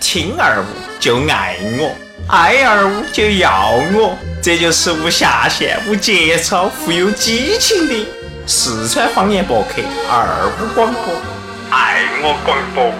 听二五就爱我，爱二五就要我，这就是无下限、无节操、富有激情的四川方言博客二五广播，爱我广播。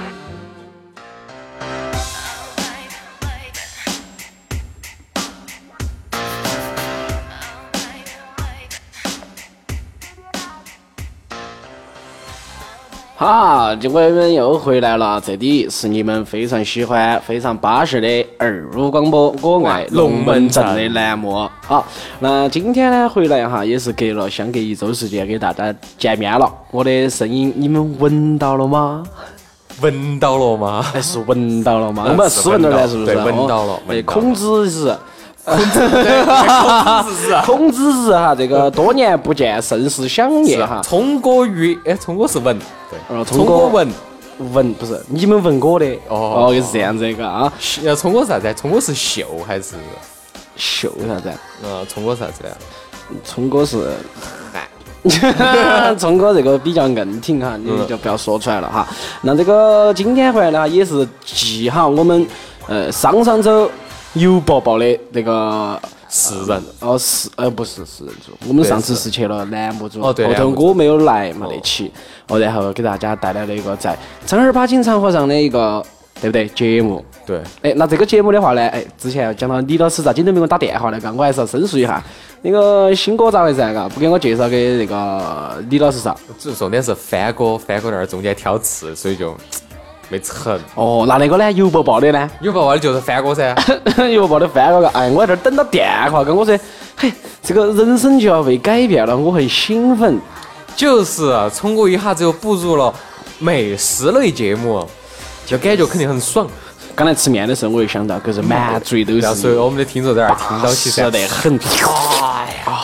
好，就我们又回来了，这里是你们非常喜欢、非常巴适的二五广播，我爱龙门阵的栏目。好，那今天呢回来哈，也是隔了相隔一周时间给大家见面了。我的声音你们闻到了吗？闻到了吗？还是闻到了吗？嗯我们斯文点儿来，是是不是？闻到对闻到了哦闻对，到了孔子日。孔子日，孔子日哈，这个多年不见，甚是想念哈。聪哥与哎，聪哥是闻，对，呃聪聪哥哥闻，闻不是你们闻我的哦哦，也是这样子一个啊。呃，聪哥是啥子？聪哥是秀还是秀啥子啊？呃，聪哥是啥子呢？聪哥是汉， 聪哥这个比较硬挺哈，你就不要说出来了哈。那这个今天回来呢，也是继哈我们呃上上周油伯伯的那个。是人，哦，是，呃，不是，是人组。我们对上次是是去了栏目组，哦对后头栏目组我没有来嘛那期，哦，然后给大家带来了一个在正儿八经场合上的一个，对不对？节目，对，哎，那这个节目的话呢，哎，之前讲到李老师咋今天没给我打电话呢？嘎，我还是要申诉一下。那个新哥咋回事啊？嘎，不给我介绍给那个李老师噻？主重点是帆哥，帆哥那儿中间挑刺，所以就嘖没成。哦，那那个呢？油伯伯的呢？ 有爸爸的就是帆哥噻，油伯伯的翻了个，哎，我在这儿等到电话，跟我说，嘿，这个人生就要被改变了，我很兴奋。就是啊聪哥一下子又步入了美食类节目，就感觉肯定很爽。刚才吃面的时候，我又想到，可是满嘴都要是是我们的听众在那儿听到起噻吃，得很，哎呀，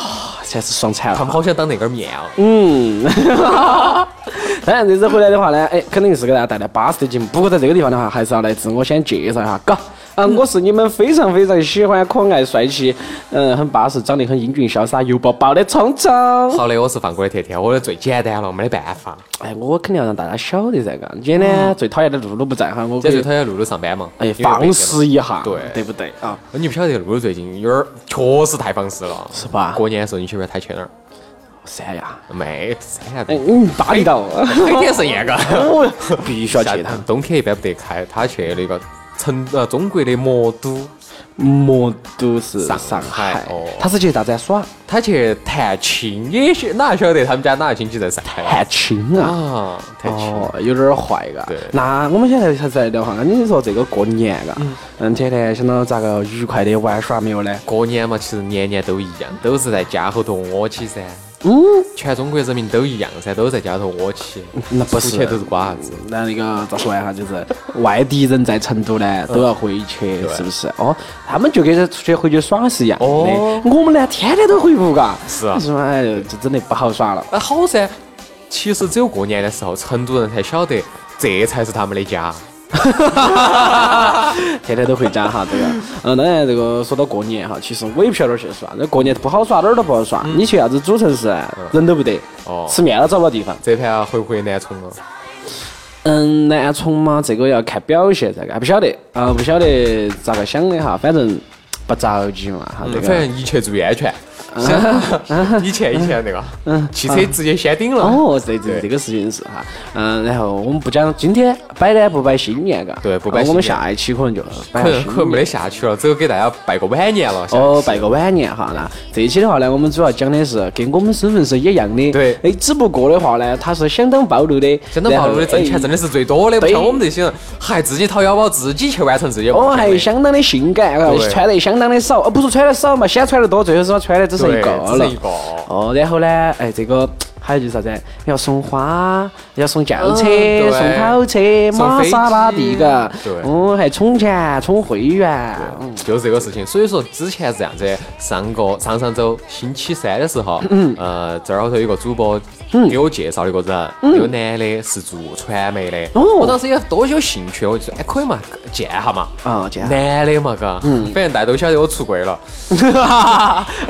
真是爽惨了他。们好想当那根面啊。嗯，当然这次回来的话呢，哎，肯定是给大家带来巴适的节目。不过在这个地方的话，还是要来自我先介绍一下，嘎。啊，我是你们非常非常喜欢、可爱、帅气，嗯，很巴适，长得很英俊潇洒、油爆爆的聪聪。好的，我是放过的甜甜，我的最简单了，没得办法。哎，我肯定要让大家晓得噻，嘎。今天呢，最讨厌的露露不在哈，我嗯这可就以讨厌露露上班嘛，哎因为被放骗肆一下，对对不对啊？了。你不晓得露露最近有点儿确实太放肆了，是吧过年的时候你晓不晓得她去哪儿？三亚，没啥哎，子，嗯，巴厘岛，黑天是夜 个，我必须要夏去趟冬哎天一般不得开，她去那个成呃中国的魔都，魔都是上上海海哦，他是去咋子啊耍？她去探亲，也许哪晓得他们家哪个亲戚在上海探亲啊。啊？探亲，哦，有点儿坏嘎。对那我们现在才在聊哈，那你说这个过年嘎，嗯，甜甜想到咋个愉快的玩耍没有呢？过年嘛，其实年年都一样，都是在家后头窝起噻。嗯，全中国人民都一样噻，都在家头窝起，那不是出去都是瓜子。那那个咋说呀哈，就是外地人在成都呢都要回去，嗯对是不是？哦，他们就跟着出去回去耍是一样的，哦我们呢天天都回屋嘎。是啊你说哎，这真的不好耍了。那好噻，其实只有过年的时候，成都人才晓得这才是他们的家。天天都回家哈，这个， 嗯，当然这个说到过年哈，其实我也不晓得哪儿去耍，那过年不好耍，哪儿都不好耍。你去啥子主城市啊，人都不得嗯哦，吃面都找不到地方。这盘啊回不回南充了？嗯，南充嘛，这个要看表现噻，还不晓得啊、不晓得咋个想的哈，反正不着急嘛哈，这嗯反个。嗯正一切注意安全。 以前以前那个汽车直接先顶了。哦，这这对这个事情是哈，嗯，然后我们不讲今天摆呢不摆新年嘎，对不摆啊我们新年下一期可能就摆可下能新可能没年得下去了，只有给大家拜个晚年了。哎哦，拜个晚年哈。那这一期的话呢，我们主要讲的是跟我们身份是一样的。对哎，只不过的话呢，它是相当暴露的，真的暴露的挣钱真的。的是最多的，不哎对像我们这些人还自己掏腰包自己去完成自己的梦哦，想。还相当的性感，然后对穿得相当的少，哦，不是穿得少嘛，先穿得多，最后说穿的只剩一对个只了剩一。个。哦，然后呢，哎，这个还有就是啥子？要送花，要送轿车嗯对，送跑车，送玛飞莎拉机蒂，嘎，对嗯，还充钱，充会员，嗯就是这个事情。所以说之前是这样子，上个上上周星期三的时候，呃，这儿后头有个主播给我介绍了一个人，这个男的是做传媒的，哦我当时也多有兴趣，我就说哎可以嘛，见一下嘛。啊， 这样。男的嘛，嘎，反正大家都晓得我出柜了，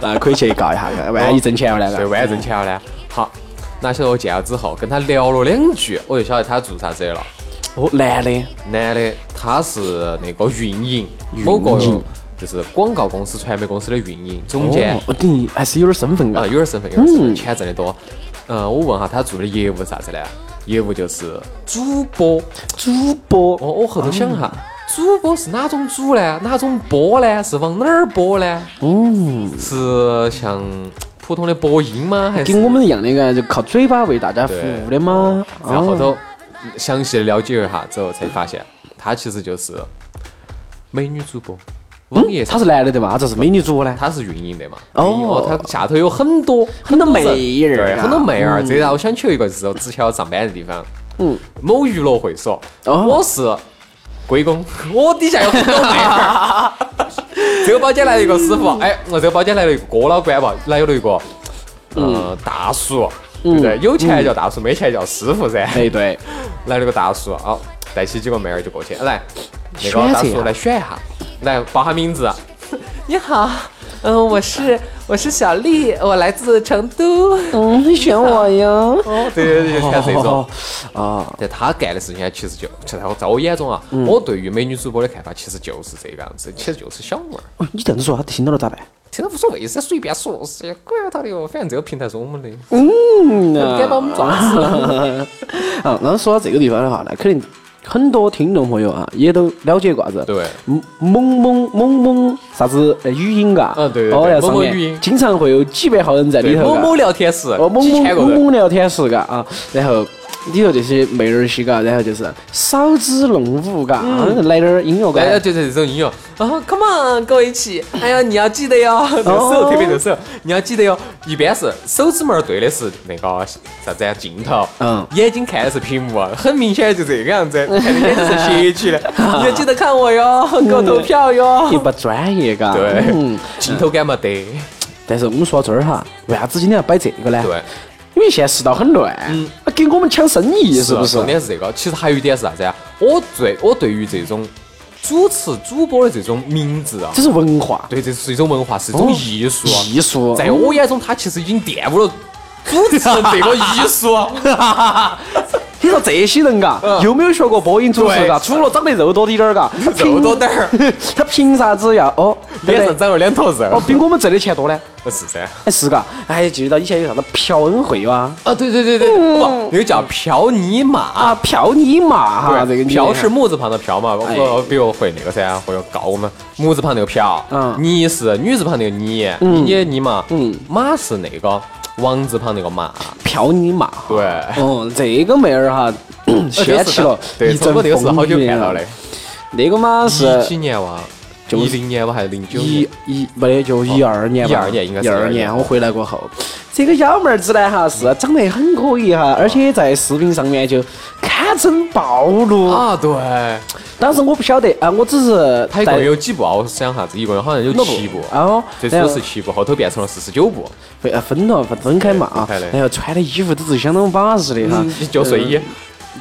那可以去告一下，万一挣钱了呢？对，万一挣钱了呢。好，那晓得我见了之后，跟他聊了两句，我就晓得他做啥子的了。哦，男的，男的他是那个运营，某个就是广告公司、传媒公司的运营总监哦，，我等于还是有点身份啊，感。有点身份，有点身份，钱挣得多。嗯，我问下他做的业务是啥子呢？业务就是主播。主播，哦，我后头想一嗯下，主播是哪种主呢？哪种播呢？是往哪儿播呢？嗯，是像普通的播音吗？还是跟我们一样的个，就靠嘴巴为大家服务的吗？然后后哦头详细的了解一下之后，才发现他其实就是美女主播，网嗯，页他是男的对吧？他咋是美女主播呢？他是运营的嘛，哦运营他下头有很多很多人妹儿对，嗯啊很多妹儿。这让我想起有一个是我之前我上班的地方，嗯，某娱乐会所，哦我是龟公， 我底下有很多妹儿。 这个包间来了一个师傅，哎，我这个包间来了一个郭老倌吧，来了一个呃大叔，对不对？有钱叫大叔，没钱叫师傅噻。哎，对，来了个大叔，好，带起几个妹儿就过去，来，那个选大谁叔啊来选一下，来报下名字。啊你好，嗯，我是我是小丽，我来自成都。嗯，你选我呀。哦，对对 对，就全是这种。啊，但他干的事情啊，其实就就在我在我眼中啊，嗯我对于美女主播的看法其实就是这个样子，其实就是小妹儿，哦你这样子说，他听到了咋办？其实无所谓，噻，随便说，谁管他的哟，反正这个平台是我们的，嗯不敢把我们撞死了。啊，然后说到这个地方的话，那肯定很多听众朋友啊，也都了解过啥子。对嗯。某某某某啥子呃语音嘎？嗯对对对哦，那上某某面语音经常会有几百号人在里对，头某嘎。某聊天室哦，，某几某千个某人，某聊天室嘎啊，然后里头这些妹儿些嘎，然后就是少之弄舞嘎，嗯啊来点儿音乐哎，嘎，就是这种音乐啊，Come on，跟我一起，哎呀，你要记得哦哟，这个手特别这个手，你要记得哟。一般是手指门儿对的是那个啥子呀啊镜头，嗯眼睛看的是屏幕，啊很明显就这个样子，看的眼睛是斜起的， 你要记得看我哟，给我投票也哟。不专业嘎。对嗯，，哎镜头感没得，但是我们说到这儿哈，为啥子今天要摆这个呢？对，因为现在世道很乱，啊给我们抢生意是不是重？点是这个，其实还有一点是啥子呀？啊我最我对于这种主持主播的这种名字啊，这是文化对，这是一种文化，是一种哦艺术啊，艺术，嗯在我眼中，他其实已经玷污了主持这个艺术。啊 你说这些人嘎，有没有学过播音主持嘎？嗯对除了长得肉多滴点儿嘎，他凭 肉多点儿， 他凭啥子要哦？对脸不上对？长了两坨肉。哦，比我们挣的钱多呢？是噻。哎，是嘎，哎，记得到以前有啥子朴恩惠哇？啊，对对对对，不，那个叫飘尼玛。啊，朴尼玛哈，啊这个女的啊飘是木字旁的飘嘛，我哎我比如会那个噻，会告我们木字旁那个飘，嗯你是女字旁那个你，你也你嘛，嗯马是那个王字旁那个马，朴尼玛哈。 对哦，这个妹儿 哈，掀起了对，一阵中国那个是好久风云看到啊的。，那个嘛一几是年哇？就是一零年吧，还是零九一年？一没得就一二年吧， 12年应该是一二12年年我回来过后，这个幺妹儿子呢哈是长得很可以哈，而且在视频上面就堪称暴露。啊，对，当时我不晓得啊，我只是它一在共有几部啊？我想下子，一共好像有哪七部。哦，最然初后是七部，后头变成了四十九部，分呃分了分分开嘛啊分开的，嗯然后穿的衣服都是相当巴适的哈，呃就睡衣。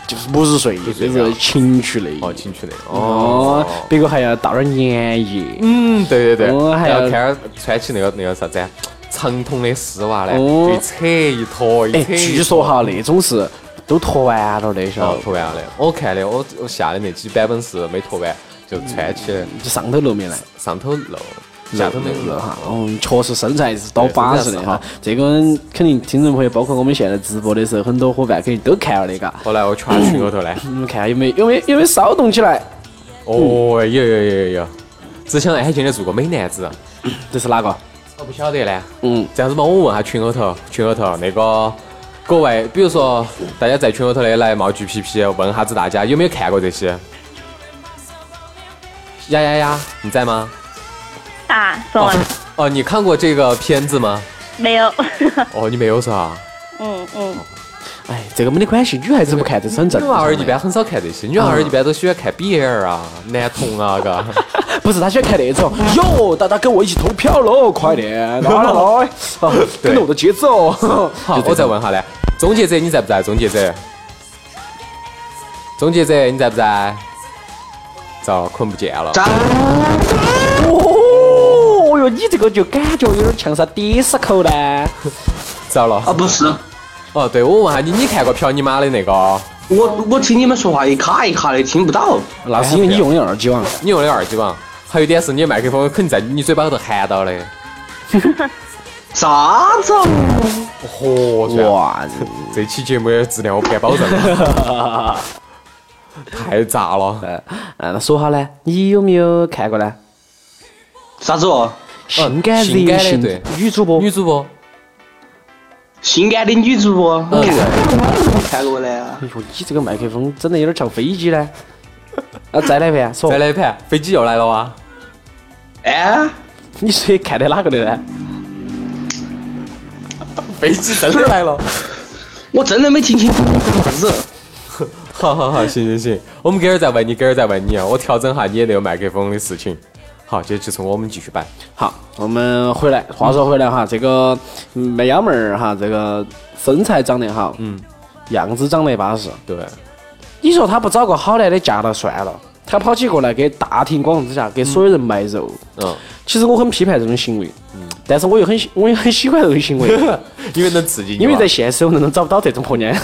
就是不是睡衣，睡衣就是啊情趣类。哦，进去的。哦，别个还要倒点粘液。嗯， 对对对。哦还然要后开始穿起那个那个啥子啊长筒的丝袜呢，哦就一扯一坨一哎，扯一坨。据说哈那种是都脱完了的，晓哦，得脱完了的。我看的，我我下的那几版本是没脱完，就穿起来就上头露面来。上头露，下头没露哈，嗯，确实身材是多对巴适身材的是哈好，这个肯定听众朋友，包括我们现在直播的时候，很多伙伴肯定都看了的，嘎。后来我穿群里头 呢，你们看有没有有没有有没有骚动起来？哦，有有有有有，只想安静的做个美男子。啊这是哪个？我不晓得呢。嗯，这样子嘛，我问下群后头，群后头那个各位，比如说大家在群后头的来冒 GPP，问下子大家有没有看过这些？呀呀呀，你在吗？啊，说完了、哦，你看过这个片子吗？没有？ 哦，你没有是吧？嗯嗯，哎，这个没得关系，女孩子不看这是很正女常娃儿一的。般很少看这些，女娃儿一般都喜欢看 BL 啊、男同啊，嘎。不是，她喜欢看那种。哟，大家跟我一起投票喽，快 点，来来哦来，啊 跟着我的节奏。 好就，这我再种问下嘞，终结者你在不在？终结者，终结者你在不在？遭困不见了。哦哟，你这个就感觉有点像啥迪斯科哎呢？哦糟了啊，不是。哦，对，我问下你，你看过朴你妈的那个我我听你们说话一卡一卡的，听不到。那是因为你用的耳机网。你用的耳机吧？还有一点是你的麦克风肯定在你嘴巴头含到的。啥子？嚯、哇！哇，哦这期节目的质量我不敢保证了 太炸了！嗯，那说下呢，你有没有看过呢？啥子哦？性感性人感的性对女主播，女主播，性感的女主播，嗯我看过，我看过呢。哎呦，你这个麦克风整得有点像飞机 呢。啊，再来一遍，说再，来一盘，飞机又来了哇！哎，你是看的哪个的呢？飞机真的来了！我真的没听清楚啥子。 好好好，行行行，我们给儿再问你，给儿再问你啊，我调整下你的那个麦克风的事情。好，这就是我们继续摆。好，我们回来，话说回来哈，这个嗯妹幺妹儿哈，这个身材长得好，嗯，样子长得巴适，对，你说她不找个好男的嫁了算了，她跑起过来给大庭广众之下给所有人卖肉。嗯，其实我很批判这种行为，但是我又很喜我也很喜欢这种行 为，因为能刺激你嘛，因为在现实我能找不到这种婆娘。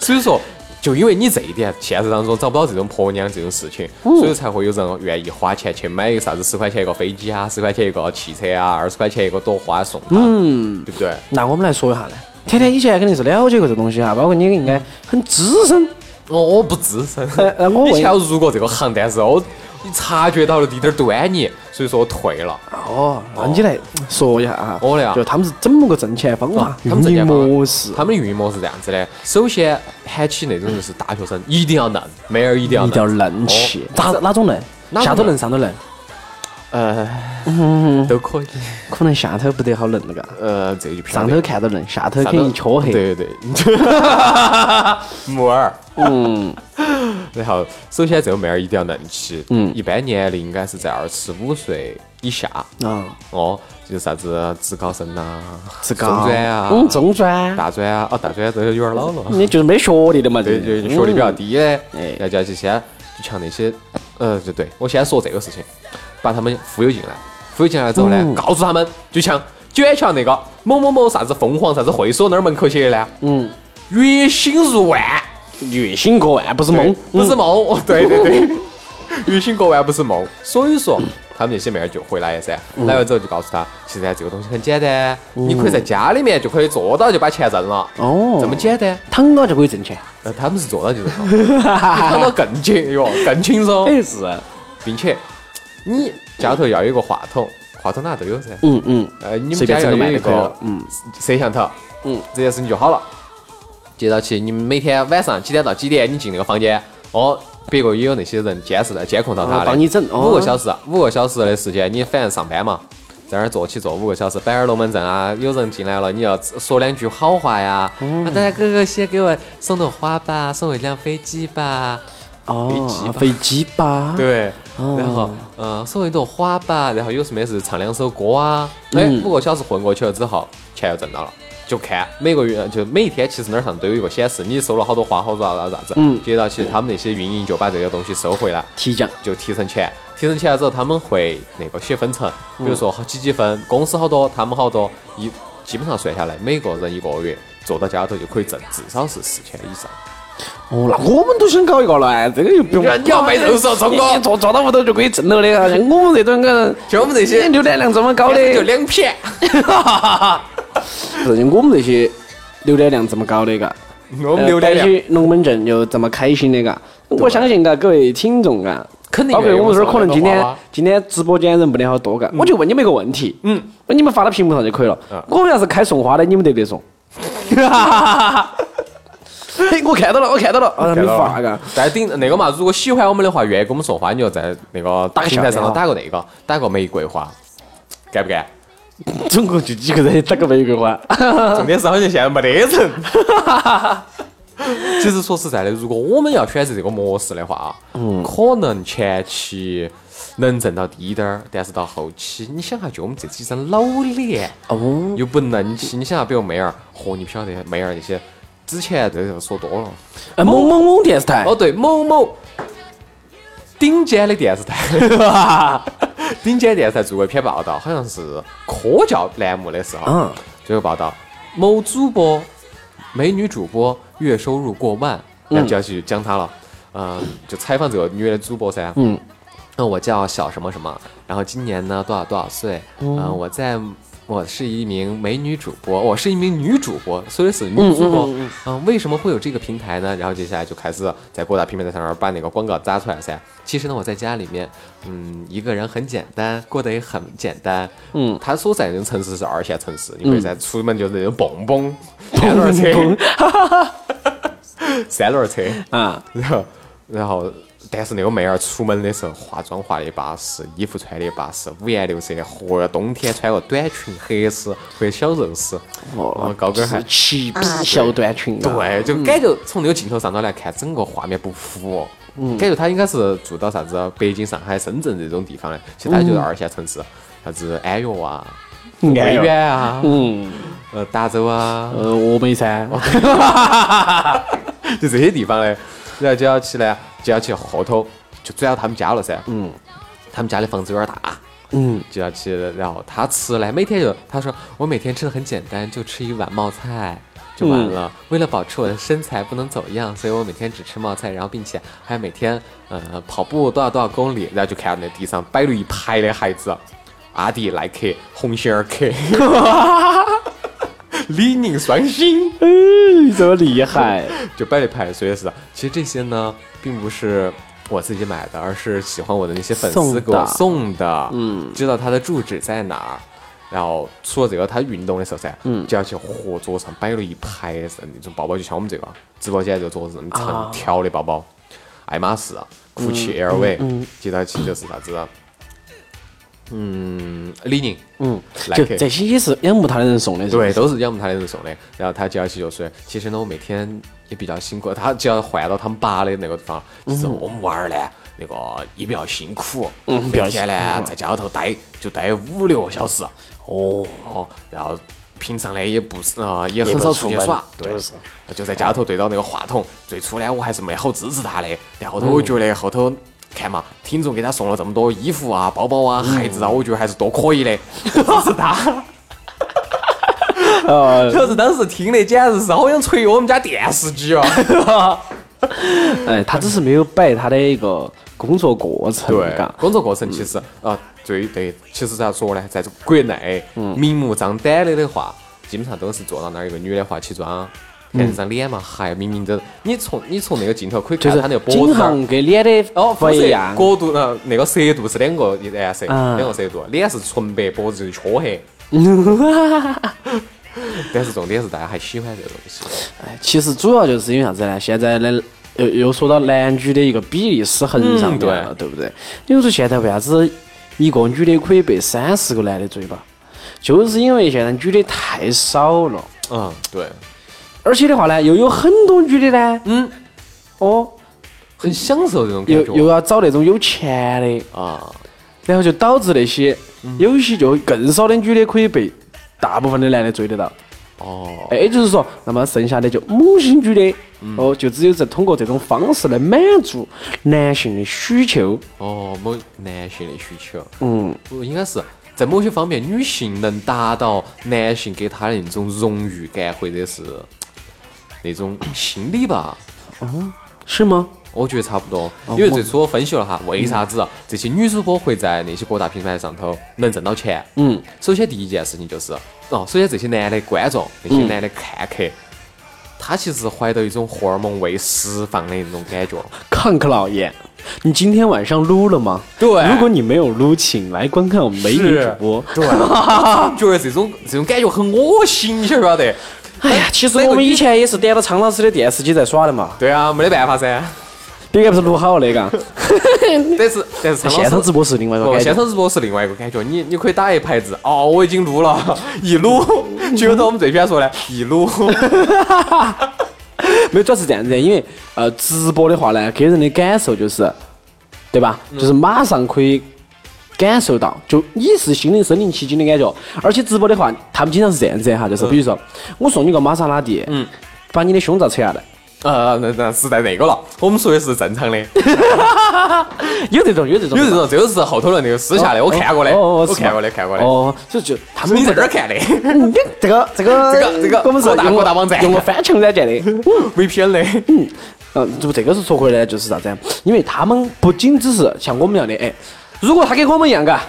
所以说，就因为你这一点，现实当中找不到这种婆娘这种事情，嗯所以才会有人愿意花钱去买一个啥子十块钱一个飞机啊，十块钱一个汽车啊，二十块钱一个朵花送他，嗯，对不对？那我们来说一下呢，天天以前肯定是了解过这东西哈，包括你应该很资深。我我不吱声呃呃我，问以前我入过这个行，但是我察觉到了滴点儿端倪，所以说我退了。哦，那你来说一下哈，我的啊就他们是怎么个挣钱方法啊，他运们挣营钱方法模式，他们的运营模式是这样子的：首先喊起那种就是大学生，一定要嫩，妹儿一定要一定要嫩，嫩气，咋是哪种嫩？哪种下头嫩嫩，上头嫩，呃，都可以，可能下头不得好嫩了嘎，呃，这就漂上亮头。看到嫩，下头上肯定头一撮黑。对对对， 木耳。 嗯，然后，首先这个妹儿一定要嫩起，嗯一般年龄应该是在二十五岁以下，啊，哦，就是啥子职高生呐、职高，中专啊，嗯，中专，大专啊，哦，大专这个有点老了，你就是没学历的嘛，对这对，个就学历比较低的嗯哎，大家就先就像那些，呃，就对我先说这个事情，把他们忽悠进来，忽悠进来之后嗯呢，告诉他们，就像就像像那个某某某啥子凤凰啥子会所那儿门口去的呢，嗯，月薪入万，嗯月薪过万不是梦，不是嗯梦，哦对对对，月薪过万不是梦，所以说。他们那些妹儿就回来噻，嗯来了之后就告诉他，其实啊这个东西很简单，你可以在家里面就可以做到，就把钱挣了，哦，这么简单。躺到就可以挣钱，那呃他们是做到就是好，你看到更轻哟，更轻松，是，并且你家头要有一个话筒，话筒哪都有噻。嗯嗯，呃，你随们便整家要个有卖一就可以个了，嗯摄像头，嗯，这件事情就好了。接到起，你们每天晚上几点到几点你进那个房间，哦，别个也有那些人监视的，监控到哦他的，帮你整哦五个小时，五个小时的时间，你反正上班嘛，在那儿坐起坐五个小时，摆点龙门阵啊，有人进来了，你要说两句好话呀，嗯啊，大家哥哥先给我送朵花吧，送我一辆飞机吧，哦，飞机吧， 对，哦然后呃送一朵花吧，然后有什么事唱两首歌啊，哎，嗯五个小时混过去了之后，钱又挣到了。就看每个月，就每一天，其实那儿上都有一个显示，你收了好多花，好多啥啥啥子。嗯接到起他们那些运营就把这个东西收回来，提奖，就提成钱。提成钱了之后，他们会那个写分成，嗯比如说好几几分，公司好多，他们好多，一基本上算下来，每个人一个月做到家头就可以挣至少是四千以上。哦，那我们都想搞一个了，这个又不用，你要卖肉嗦聪哥你坐坐到屋头就可以挣了的啊，像我们这种个，就我们这些浏览量这么高的，就两撇。不是我们这些浏览量这么高的嘎，我们呃浏览量摆起龙门阵又这么开心的嘎，我相信嘎各位听众嘎，肯定包括愿意我们这儿用可能今这天个娃娃今天直播间人不得好多嘎，我就问你们一个问题，嗯，你们发到屏幕上就可以了嗯。我们要是开送花的，你们得不得 送？嘿，我看到了，我看到了，啊，没发嘎。但顶那个嘛，如果喜欢我们的话，愿意给我们送花，你就在那个打个平台小上的头啊打个那个，打个玫瑰花，干不 干？总共就几个人打个啊玫瑰花，重点是好像现在没得人。 其实说实在的，如果我们要选择这个模式的话啊，嗯可能前期能挣到低点儿，但是到后期，你想下，就我们这几张老脸，哦，又不嫩气，你想下，比如妹儿，嚯，你不晓得妹儿那些，之前这个说多了。呃某某某电视台哦，，对，某某顶尖的电视台， 顶尖电视台做过一篇报道，好像是科教栏目的时候，嗯这个报道，某主播美女主播月收入过万，然后就要去讲她了。嗯、就采访这个女的主播噻。嗯，那我叫小什么什么，然后今年呢多少多少岁？嗯、我在我是一名美女主播，我是一名女主播，所以是女主播。嗯为什么会有这个平台呢？然后接下来就开始在各大平台上面把那个广告砸出来噻。其实呢，我在家里面，嗯，一个人很简单，过得也很简单。嗯他所在那种城市是二线城市，你会在出门就是那种蹦嗯蹦、三轮车、 三轮车。啊，然后，然后，但是那个妹儿出门的时候，化妆化的巴适，衣服穿的巴适，五颜六色的，嚯哟，冬天穿个短裙、黑丝或者小肉丝，哦哦，高跟鞋是，齐逼小短裙啊，对，嗯就感觉从那个镜头上头来看，整个画面不符哦。嗯感觉他应该是住到啥子啊北京、上海、深圳这种地方的，其实他就是二线城市，啥子安岳啊、嗯安威岳远啊、嗯，呃达州啊，呃，峨眉山， 就这些地方嘞，然后就要去呢，就要去后头就转到他们家了噻。嗯，他们家的房子有点大，嗯，就要去，然后他吃嘞，每天就他说我每天吃的很简单，就吃一碗冒菜。就完了。为了保持我的身材不能走样，所以我每天只吃冒菜，然后并且还每天呃跑步多少多少公里，然后就看到那地上摆了一排的孩子，阿迪、耐克、鸿星尔克、 李宁、双星。你这么厉害，就摆了一排，所以是，其实这些呢，并不是我自己买的，而是喜欢我的那些粉丝给我送的。嗯，知道他的住址在哪儿。然后除了这个，他运动的时候噻，嗯，就要去活桌上摆了一排是那种包包，就像我们这个直播间这个桌子那么长条的包包，爱马仕、啊古奇、LV，接到起就是啥子啊？嗯，李宁，嗯，耐就克这些也是仰慕他的人送的，是吧对，，都是要么他的人送的。然后他就要去就睡。其实呢，我每天也比较辛苦，他只要换到他们爸的那个地方，就是我们娃儿呢，那个也比较辛苦，嗯，每天呢在家头待就待五六个小时，哦哦，然后平常呢也不是啊、也很少出去耍，对。呃就在家头对到那个话筒，最初呢我还是没好支持他的，但后头我觉得后头看嘛，听众给他送了这么多衣服啊、包包啊、鞋子啊，我觉得还是都可以的，我支持他。 哦主要是当时听的简直是好想捶我们家电视机 哦。哎，他只是没有摆他的一个工作过程， 嘎，工作过程其实啊，最对，其实咋说呢，在这个国内明目张胆的的话，基本上都是坐到那儿一个女的化起妆。看这张脸嘛，还明明的，你从你从那个镜头可以就看是到她那个脖颈子那儿项跟脸的哦，不一样， 角度呢，那个色度是两个颜色，嗯两个色度，脸是纯白，脖子就是黢黑。但是重点是大家还喜欢这个东西，其实主要就是因为啥子呢？现在的又又说到男女的一个比例失嗯衡上面了，对不对？你说现在为啥子一个女的可以被三十个男的追吧？就是因为现在女的太少了，嗯，对，而且的话呢，又有很多女的呢，嗯，哦，很享受这种感又觉又要找那种有钱的，啊。然后就导致那些嗯有些就更少的女的可以被大部分的男的追得到。哦，哎，也就是说，那么剩下的就母性女的，哦，就只有在通过这种方式来满足男性的需求。哦，某男性的需求，嗯，不应该是在某些方面，女性能达到男性给她的那种荣誉感，或者是那种心 理吧。是吗？我觉得差不多，哦因为最初我分析了哈，为啥子啊嗯这些女主播会在那些各大平台上头能挣到钱？嗯，首先第一件事情就是，哦，首先这些男的观嗯众，那些男的看客，他其实怀到一种荷尔蒙未释放的那种感觉。康克老爷，你今天晚上撸了吗？对如果你没有撸，请来观看我们美女主播。对， 觉得这种这种感觉很恶心，你晓不晓得？哎呀，其实我们以前也是点了苍老师的电视机在耍的 嘛，对啊，没得办法噻。别个不是录好了 那个，哦但是但是，现场直播。播是另外一个不，哦现感觉。场直播是另外一个感觉。你你可以打一排字，哦，我已经撸了， 一撸，就到我们最喜欢说的，一撸。没有，主要是这样子的，因为呃，直播的话呢，给人的感受就是，对吧？就是马上可以感受到，就你是心领神临其境的感觉。而且直播的话，他们经常是这样子的哈，就是比如说，我送你个玛莎拉蒂，嗯，把你的胸罩扯下来， 呃，那那是在那个了。我们说的是正常的，有这种，有这种，有这种，这个是后头人那个私下的，哦我看过的，哦哦我哦是吗看过的，看过的。哦，所以就他们你在这儿看的嗯这个这个这个这个我们是各大用各大网站用个翻墙软件的。 ，VPN 的，嗯，就这个是说回来就是啥子啊？因为他们不仅只是像我们一样的，哎，如果他跟我们一样，嘎，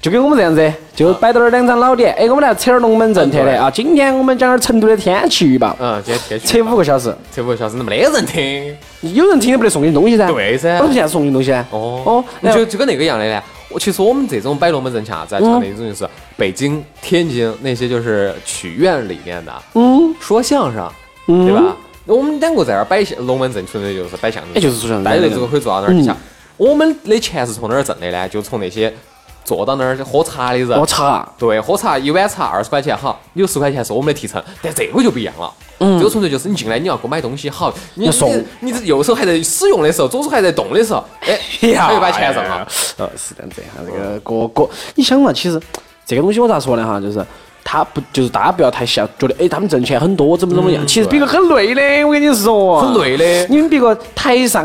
就跟我们这样子，就摆到那儿两张老脸，哎，我们来扯点儿龙门阵特嗯对的啊。今天我们讲点儿成都的天气预报，嗯，今天天气扯五个小时，这不小时没得人听。有人听也不得送你东西噻。对噻我们现在送你东西噻。哦然后就就跟那个一样的嘞。我其实我们这种摆龙门阵恰嗯子啊，像那种就是北京、天津那些就是曲院里面的，嗯，说相声，嗯对吧？我们两个在那儿摆相龙门阵，纯粹就是摆相声，哎就是说相声大家就这个可以坐到那儿想嗯。我们的钱是从哪儿挣的呢？就从那些坐到那儿喝茶的人我。查，对，喝茶一碗茶二十块钱，好，有十块钱是我们的提成，但这个就不一样了。这个纯粹就是你进来你要给我买东西，好，你嗯要送你你这右手还在使用的时候，左手还在动的时候，哎， 他就把钱挣了。呃，是这样子的哈，这个各各，你想嘛，其实这个东西我咋说呢哈，就是。他不就是大家不要太想，觉得哎他们挣钱很多怎么怎么样，其实别个很累的，我跟你说，嗯啊很累的你们别个台上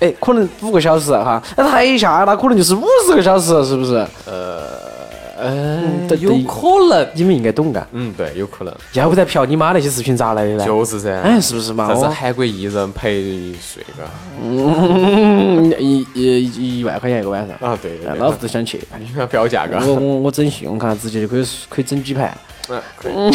哎可能五个小时啊哈，那台下那可能就是五十个小时，是不是？呃对有对可能。你们应该懂嘎，嗯，对，有可能，要不然嫖你妈那些视频咋来的呢？就是噻。哎是不是嘛啥子我韩国艺人陪睡个？嗯，一一一万块钱一个晚上啊对对对哎老子都想去。你看标价我个，我我整信用卡直接就可以可以整几盘。嗯可以。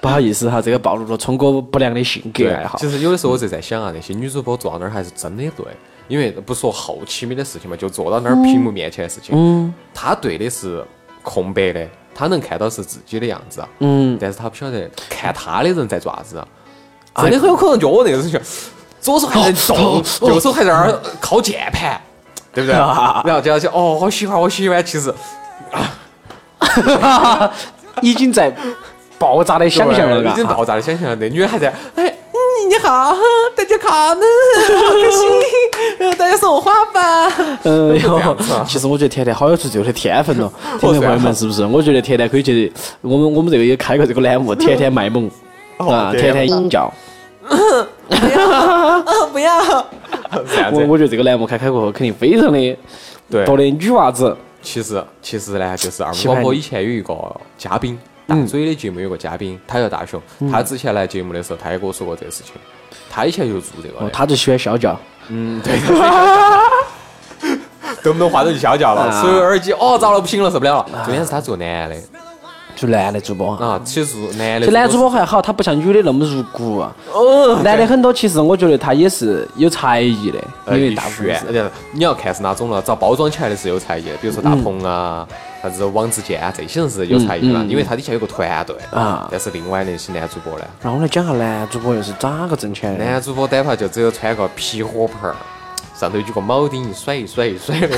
不好意思哈，这个暴露了聪哥不良的性格爱好其。实有的时候我就在想啊，那些女主播坐到那儿还是真的对，因为不说后期没得事情嘛，就坐到那儿屏幕面前的事情，嗯，她对的是空白的，她能看到是自己的样子，嗯，但是她不晓得看她的人在做啥子，啊哎真的很有可能就我那个人就左手还在哦动，右手还在那儿敲键盘，对不对？啊然后就要想，哦，好喜欢，好喜欢，其实已经在爆炸的想象了，对已经嘎。爆炸的想象了。那女的还在，哎，嗯，你好，大家看呢，好开心，呃大家送我花吧。嗯，这样子啊其实我觉得甜甜好有出这个天分哦，听众哦这朋样友们是不是？我觉得甜甜可以去，我们我们这个也开过这个栏目，甜甜卖萌哦啊，甜甜一叫。不要，这样我子。我觉得这个栏目开开过后，肯定非常的啊对多的女娃子。其实其实呢，就是二五喜欢广播你以前有一个嘉宾，嗯大嘴的节目有个嘉宾，他叫大雄，他之前来节目的时候，他也跟我说过这个事情。他以前就做这个哦的，，她就喜欢笑觉。嗯，对，动不动话筒就消掉了，啊啊所有耳机哦，遭了不行了，受不了了。重点是他做男的就男的主播啊，啊，其实男的这男主播还好，他不像女的那么入骨啊。哦男的很多，其实我觉得他也是有才艺的，因因为为大大部部分分是嗯是呃你要看是哪种了，遭包装起来的是有才艺的，比如说大鹏啊、啥子王自健啊这些人是有才艺的，嗯嗯因为他底下有个团队啊但是另外那些男主播呢，那我们来讲下男主播又是咋个挣钱 的？男主播单怕就只有穿个皮火盆儿，上头有几个铆钉一甩一 甩一甩的。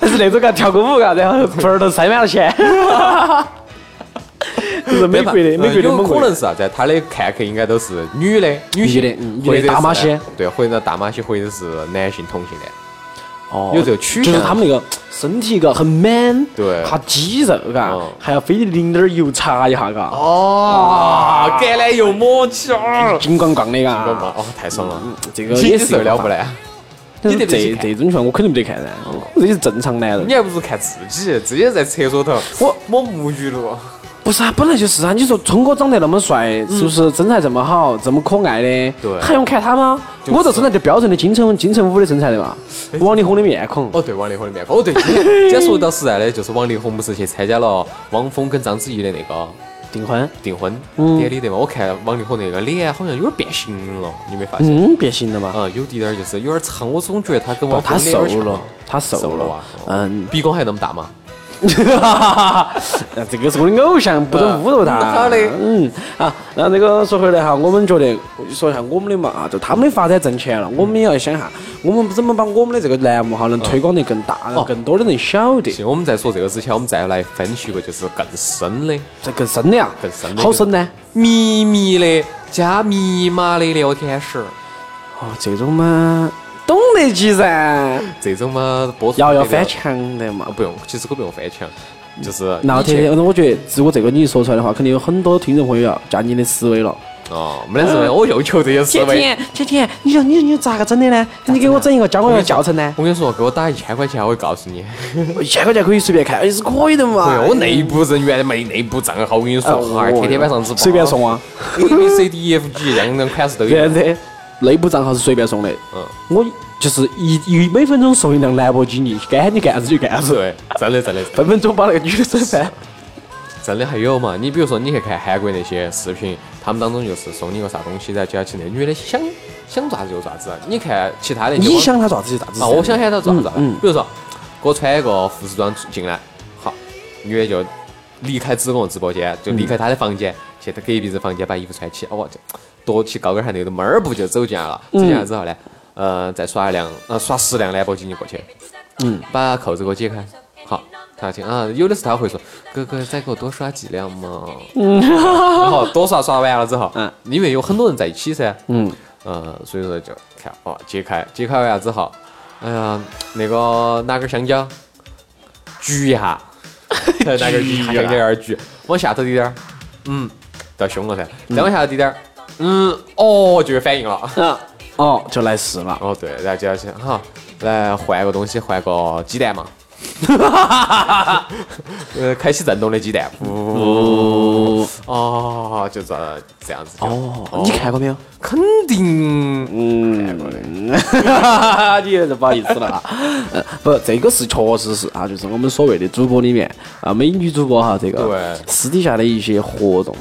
但是那种嘎跳个舞嘎，然后盆儿头塞满了钱。就是美国的，美国的呃有猛可能鬼。是啥子？他的看客应该都是女的，女性女的嗯或者是女的大妈些，对，或者是大妈些，或者是男性同性恋。哦有这个趋就向是他们那个身体嘎很 man，对哈肌肉嘎嗯，还要非得淋点儿油擦一下嘎，哦，橄榄油抹起啊哦，金光光的哦嘎，，太爽了，这个你嗯也是受了不得。来？但是你得不得去这看这种情况我肯定不得看噻，这是正常男人你。还不如看自己，自己在厕所头，我抹沐浴露，不是啊，本来就是啊！你说聪哥长得那么帅，是不是身材这么好，这么可爱的？嗯对还用看他吗？是我这身材就标准的金城金城武的身材的嘛，王力宏的面孔。哦，对，王力宏的面 孔。哦，对，今天今天说到实在的，就是王力宏不是去参加了汪峰跟章子怡的那个订婚，订婚嗯典礼的嘛？我看王力宏那个脸好像有点变形了，你没发现？嗯，变形了嘛？啊，有滴点儿就是有点长，我总觉得他跟汪哦，他峰瘦有点像了，他瘦瘦了了啊。，嗯，鼻孔还那么大嘛？ 那这个是我的偶像，不能侮辱他。嗯好的嗯啊，然后这个说回来哈，我们觉得说一下我们的嘛啊，就他们的发展挣钱了，嗯我们也要想下，我们怎么把我们的这个栏目哈能推广得更哦大，让更多的人晓得。行，我们在说这个之前，我们再来分析一个就是更深的、这更深的啊，更深的好深呢。秘密的加密码的聊天室，哦，这种嘛，懂得起噻，这种嘛，播出要要这个翻墙的嘛啊，。不用，其实可不用翻墙，就是那以天前天，我觉得如果这个你说出来的话，肯定有很多听众朋友要加你的思维了。哦，没得事的，我又求这些思维。甜甜，哎你说你你咋个整的呢？你给我整一个，教我一个教程呢？我跟你说，给我打一千块钱，我会告诉你。啊一千块钱可以随便开，哎，是可以的嘛。对，我内部人员没内部账号，我跟你哎说，哈，我天天晚上直播随便送啊， ，A B C D E F G，样样款式都这有样。子。内部账号是随便送的，嗯，我就是一一每分钟送一辆兰博基尼，该喊你干啥子就干啥子，对，真的真的分分钟把那个女的整翻。真的还有嘛？你比如说，你去看韩国那些视频，他们当中就是送你个啥东西，然后就要去那女的想想咋子就咋子。啊你看其他的，你想他咋子就咋子。啊，我想喊他咋子咋子嗯嗯。比如说，给我穿一个护士装进来，好，女的就离开子我直播间，就嗯离开她的房间，去她隔壁子房间把衣服穿起，哦，这跺起高跟鞋那个猫儿步就走进来了。走进来嗯之后呢，呃，再耍一辆，呃，耍十辆兰博基尼过去，嗯，把扣子给我解开，好。他听啊，有的是他会说：“哥哥，再给我多刷几辆嘛。” 然后多刷刷完了之后，嗯，因为有很多人在一起噻，嗯，呃，所以说就看哦，解开，解开完之后，哎呀，那个拿根香蕉，举 一下，再拿根举一下香蕉在那儿举，往下头滴点儿，嗯，到胸了噻，再往下头滴点儿，嗯，哦，就有反应了。 啊，哦，就来事了。哦，对，然后就要去哈，来换个东西，换个鸡蛋嘛。 呃，开启震动的鸡蛋，哦哦，就这这样子。哦，你看过没有？肯定嗯， 你也是不好意思了啊。呃，不，这个是确实是啊，就是我们所谓的主播里面啊，美女主播哈，这个对私底下的一些活动，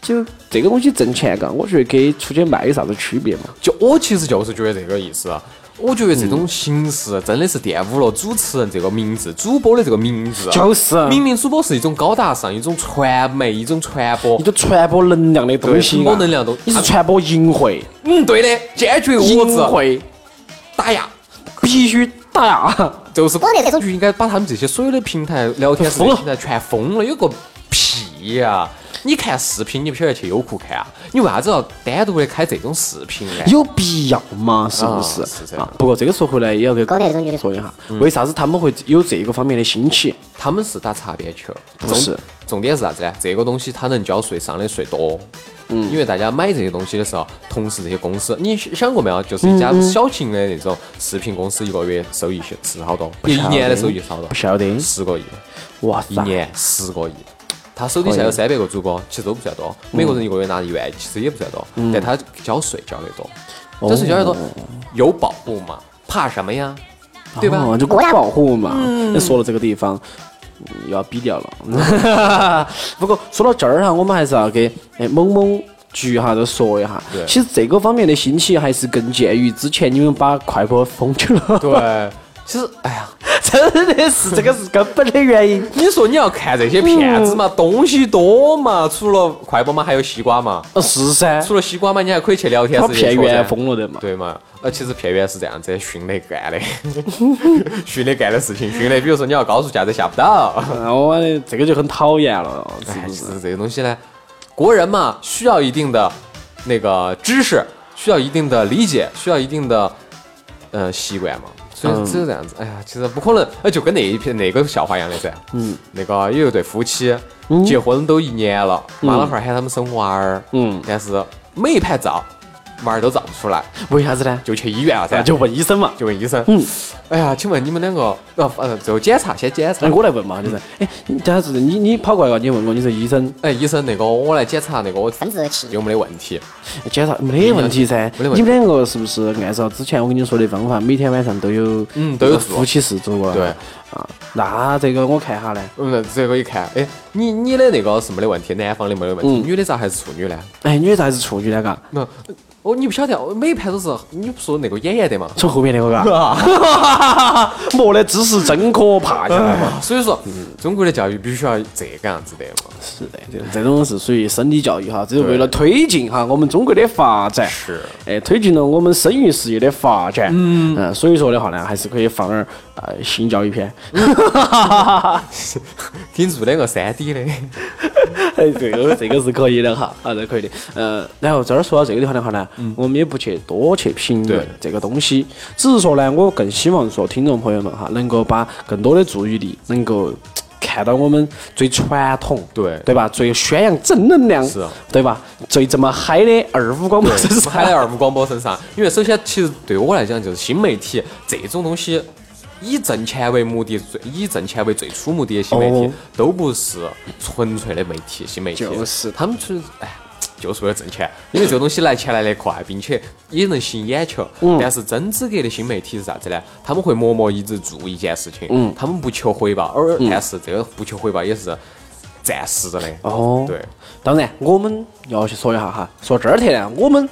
就这个东西挣钱，嘎，我觉得跟出去卖有啥子区别嘛？就我其实就是觉得这个意思啊，我觉得这嗯种形式真的是玷污了主持人这个名字、主播的这个名字啊。就是明明主播是一种高大上、一种传媒、一种传播你。就传播能量的东西对嘛，传播能量东你是传播淫秽，嗯，对的，坚决淫我字秽打压，必须打压。就是我这种就应该把他们这些所有的平台聊天室疯的了平台全封了，有个屁呀、你看视频，你不晓得去优酷看啊？你为啥子要单独的开这种视频呢？有必要吗？是不啊是？是这样啊，不过这个说回来，也要给高这种说一下，嗯为啥子他们会有这个方面的兴起？他们是打擦边球，不重是重点是啥子呢？这个东西它能交税，上的税多。嗯，因为大家买这些东西的时候，同时这些公司，你想过没有？就是一家嗯小型的那种视频公司，一个月收益是是好多，一晓得年的收益是好多不，晓得，十个亿，哇一塞！年十个亿。他手底下有三百个主播，其实都不算多，嗯每个人一个月拿一万，其实也不算多，但他交税交得哦多，交税交得多，有保护嘛？怕什么呀？对吧？哦就国家保护嘛。那说到这个地方，嗯又要逼掉了。 不过说到这儿哈，我们还是要给哎某某局哈再说一下对。其实这个方面的兴起还是更鉴于之前你们把快播封起了，对，其实哎呀， 真的是这个是根本的原 因。你说你要看这些片子嘛，嗯东西多嘛，除了快播嘛，还有西瓜嘛。呃是噻，除了西瓜嘛，你还可以去聊天他室去骗说噻员疯了的嘛。啊对嘛？呃，其实片源是这样子，训得干的， 训得干的事情，训得，比如说你要高速驾驶下不到，啊我的这个就很讨厌了，是哎，不其是？实这个东西呢，国人嘛需要一定的那个知识，需要一定的理解，需要一定的呃习惯嘛。所嗯以只有这样子，哎呀，其实不可能，哎，就跟那一篇那个笑话一样的噻。嗯，那个有一对夫妻结婚都一年了，妈老汉儿喊他们生娃儿，嗯但是每一盘照娃儿都照不出来，为啥子呢？就去医院了噻，那啊就问医生嘛。就问医生，嗯，哎呀，请问你们两个，呃，呃，最后检查先检查哎，，我来问嘛，就是，哎，你等下子你你跑过来了，你问我，你说医生哎，医生，那个我来检查那个我生殖器有没得问题？检查嗯没得问题噻。没得问你题们两个是不是按照之前我跟你说的方法，每天晚上都有嗯都有做夫妻室做过？对啊，那这个我看下呢。嗯，这个一看，哎，你你的那个是没得问题，男方的没得问题，女的咋还是处女呢？哎，女的咋还是处女呢？嘎，嗯那、哦，你不晓得，我每一盘都是你不说那个演员的嘛？从后面那个 嘎，莫的知识真可怕，晓得吗？所以说，中国的教育必须要这个样子的嘛。 是的，这这种是属于生理教育哈，这是对为了推进哈我们中国的发展，是哎，推进了我们生育事业的发展，嗯所以说的话呢，还是可以放点儿呃性教育片， 嗯给你做两个三 D 的，哎，这个这个是可以的哈，啊，这可以的。呃，然后这儿说到这个地方的话呢，我们也不去多去评论嗯对这个东西，只是说呢，我更希望说听众朋友们哈，能够把更多的注意力能够。看到我们最传统，对对吧？最宣扬正能量，是啊对吧？最这么嗨的二五广播对，啊是我们啥还在二五广播身上，因为首先，其实对我来讲，就是新媒体这种东西，以挣钱为目的，最以挣钱为最初目的的新媒体，哦都不是纯粹的媒体，新媒体就是他们纯哎。就是为了挣钱，因为这个东西来钱来得快，并且也能吸引眼球。嗯但是真资格的新媒体是啥子呢？他们会默默一直做一件事情，嗯他们不求回报，而但是这个不求回报也是暂时的。哦对，当然，我们要去说一下哈，说这儿去呢，我们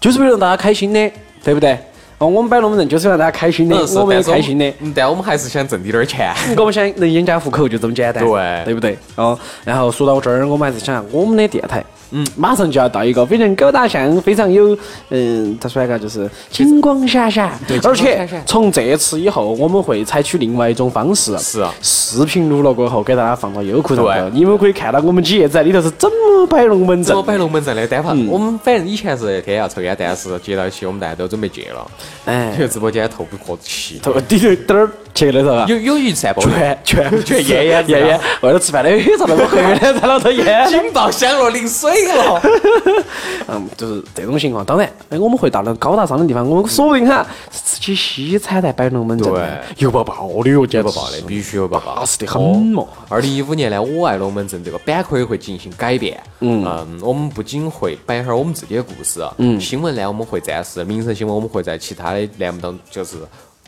就是为了让大家开心的，对不对？哦，我们摆龙门阵就是为了让大家开心的，嗯是我们也但是开心的。嗯但我们还是想挣滴点儿钱。我们想能养家糊口就这么简单，对对不对？哦，然后说到这儿，我们还是想我们的电台，嗯，马上就要到一个非常高大上、非常有，嗯，咋说来个就是金光闪闪，对而且从这次以后，我们会采取另外一种方式，是啊视频录了过后给大家放到优酷上对头，你们可以看到我们几爷在里头是怎么摆龙门怎阵么。摆龙门阵的？单反，我们反正以前是天天要抽烟，但是接到一起我们大家都准备戒了，哎因为直播间透不过气。头滴头点儿去了头啊，有有一扇玻璃，全全全烟烟子啊烟烟，外头吃饭的有啥那么黑的在那头 烟。警报响了，淋水了。嗯，就是这种情况。当然，哎，我们会到那高大上的地方，我们说不定哈是吃起西餐在摆龙门阵的，对油爆爆的哟，简直有爆爆的，必须有爆爆，巴适得很嘛。二零一五年呢，我爱龙门阵这个板块会进行改变。嗯我们不仅会摆一下我们自己的故事，嗯，新闻呢我们会暂时，民生新闻我们会在其他的栏目当，就是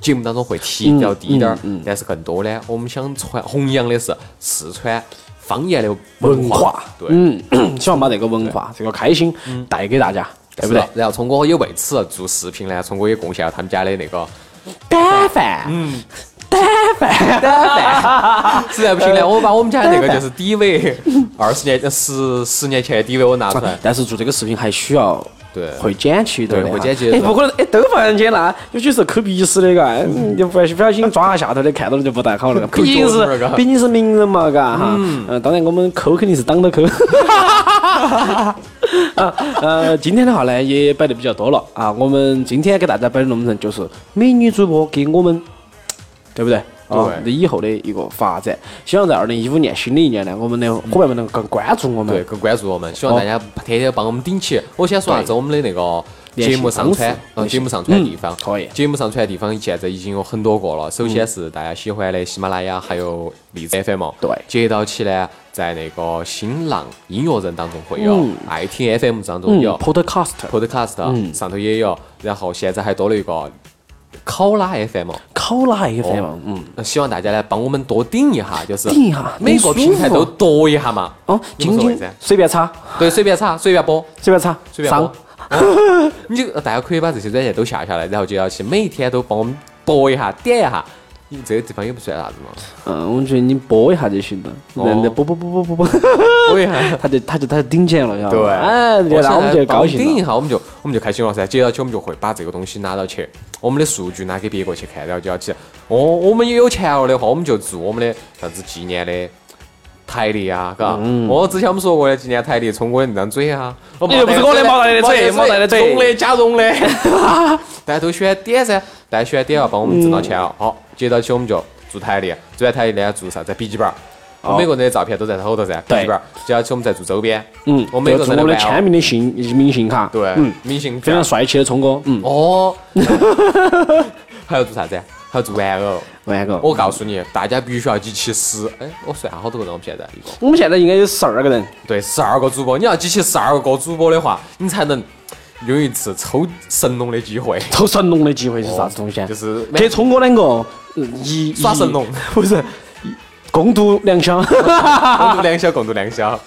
节目当中会提比较嗯低点儿，但是更多呢，我们想传弘扬的是四川方言的文化化，对，嗯，希望把这个文化、这个开心带给大家，对不是对的？然后聪哥也为此做视频呢，聪哥也贡献了他们家的那个胆饭，嗯，胆饭， 实在不行呢，呃我把我们家的那个就是底尾，二十年呃十十年前的底尾我拿出来，但是做这个视频还需要。对会剪辑的对嘞会哈剪辑的哎，不可能，哎，都放上去了，有些时候抠鼻屎的，嘎，嗯你不不小心抓下下头的，看到了就不太好 了，抠毕竟脚趾儿是嘎毕竟是名人嘛，嘎哈，嗯，当然我们抠肯定是挡到抠。 啊，呃，今天的话呢也摆的比较多了啊，我们今天给大家摆的龙门阵就是美女主播给我们，对不对？啊，对以后的一个发展，希望在二零一五年新的一年呢，我们的伙伴们能更关注我们。对，更关注我们，希望大家天天帮我们顶起。我先说下子我们的那个联节系目上方式传，呃，联系节目上传的地方嗯，可以节目上传的地方现在已经有很多个了，首先是大家喜欢的喜马拉雅，还有荔枝 FM。对接到起呢，在那个新浪音乐人当中会有嗯，爱听 FM 当嗯中有， ，Podcast Podcast、嗯上头也有，然后现在还多了一个考拉 FM。考拉 FM，、嗯。哦那希望大家呢帮我们多顶一下，就是顶一下每个平台多都舒服夺一下嘛。哦，你们今说为天噻？随便插，对，随便查，随便播，随便插，随便上播。 你就呃大家可以把这些软件都下下来，然后就要去每天都帮我们播一下、点一下。你这个地方也不算啥子嘛，嗯，我觉得你播一下就行了，哦人家播播播播播播， 播一下。他就他就他就顶起来了，要对，哎，我那我们就高兴顶一了。下，我们就我们就开心了噻。接到起我们就会把这个东西拿到去，我们的数据拿给别个去看，然后就要去，哦，我们也有钱了的话，我们就做我们的啥子纪念的。台历啊，嘎，哦，之前我们说过的纪念台历，聪哥的那张嘴啊，哦哎不是我的毛大爷的嘴毛大爷的嘴中的加绒的，大家都喜欢点噻，大家喜欢点啊，帮我们挣到钱啊。好，接到起我们就做台历，做完台历呢做啥子？笔记本儿，我们每个人的照片都在后头噻，笔对记本儿。接到起我们再做周边，嗯，我们每这个是人我们的玩偶签名的信明信卡，对，嗯，明信非片常帅气的聪哥，嗯，哦， 还要做啥子？还要做玩偶。玩个，我告诉你，大家必须要集齐十，哎，我算下好多个人，我们现在一共我们现在应该有十二个人，对十二个主播，你要集齐十二个主播的话，你才能有一次抽神龙的机 会。抽神龙的机会是啥子东西啊？就是 给聪哥两个嗯一耍一神龙 不是，一共度良 宵。共度良宵，共度良宵。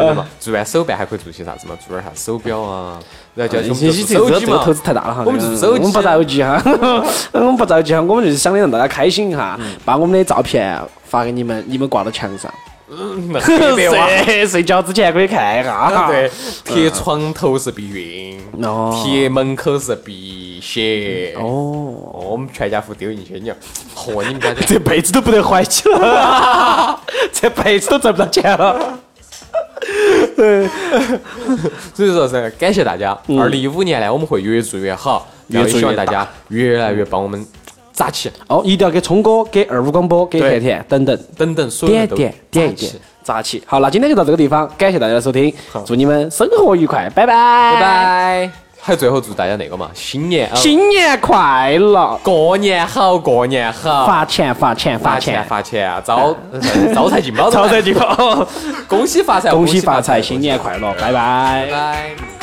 真的嘛，做完手办还可以做些啥子嘛？做点啥手表啊，然后就你我们就你这做手个这机个嘛投。资太大了哈，我们这个是手机我们不着急哈， 我们不着急哈，我们就是想的让大家开心一下，把我们的照片发给你们，你们挂到墙 上，嗯黑 白娃睡睡觉之前可以看一下哈。啊对，，贴床头是避孕，哦贴门口是避邪。哦，哦，我们全家福丢进去，你要嚯，你们家这辈子都不得怀起了，这辈子都挣不到钱了。 所以说是感谢大家。二零一五年呢，我们会越做越好，嗯越然后也做希望越大大家越来越帮我们扎起，哦，一定要给聪哥、给二五广播、给对甜甜等等等等，所有点人都点点一扎起点，扎起。好，那今天就到这个地方，感谢大家的收听好，祝你们生活愉快，拜拜拜拜。拜。还有最后祝大家那个嘛，新年啊，新年快乐，过年好，过年好，发钱发钱发发钱钱，发钱啊，招招财 哦进宝，招财进宝，恭喜发财，恭喜发财，恭喜新年快乐，拜拜拜拜。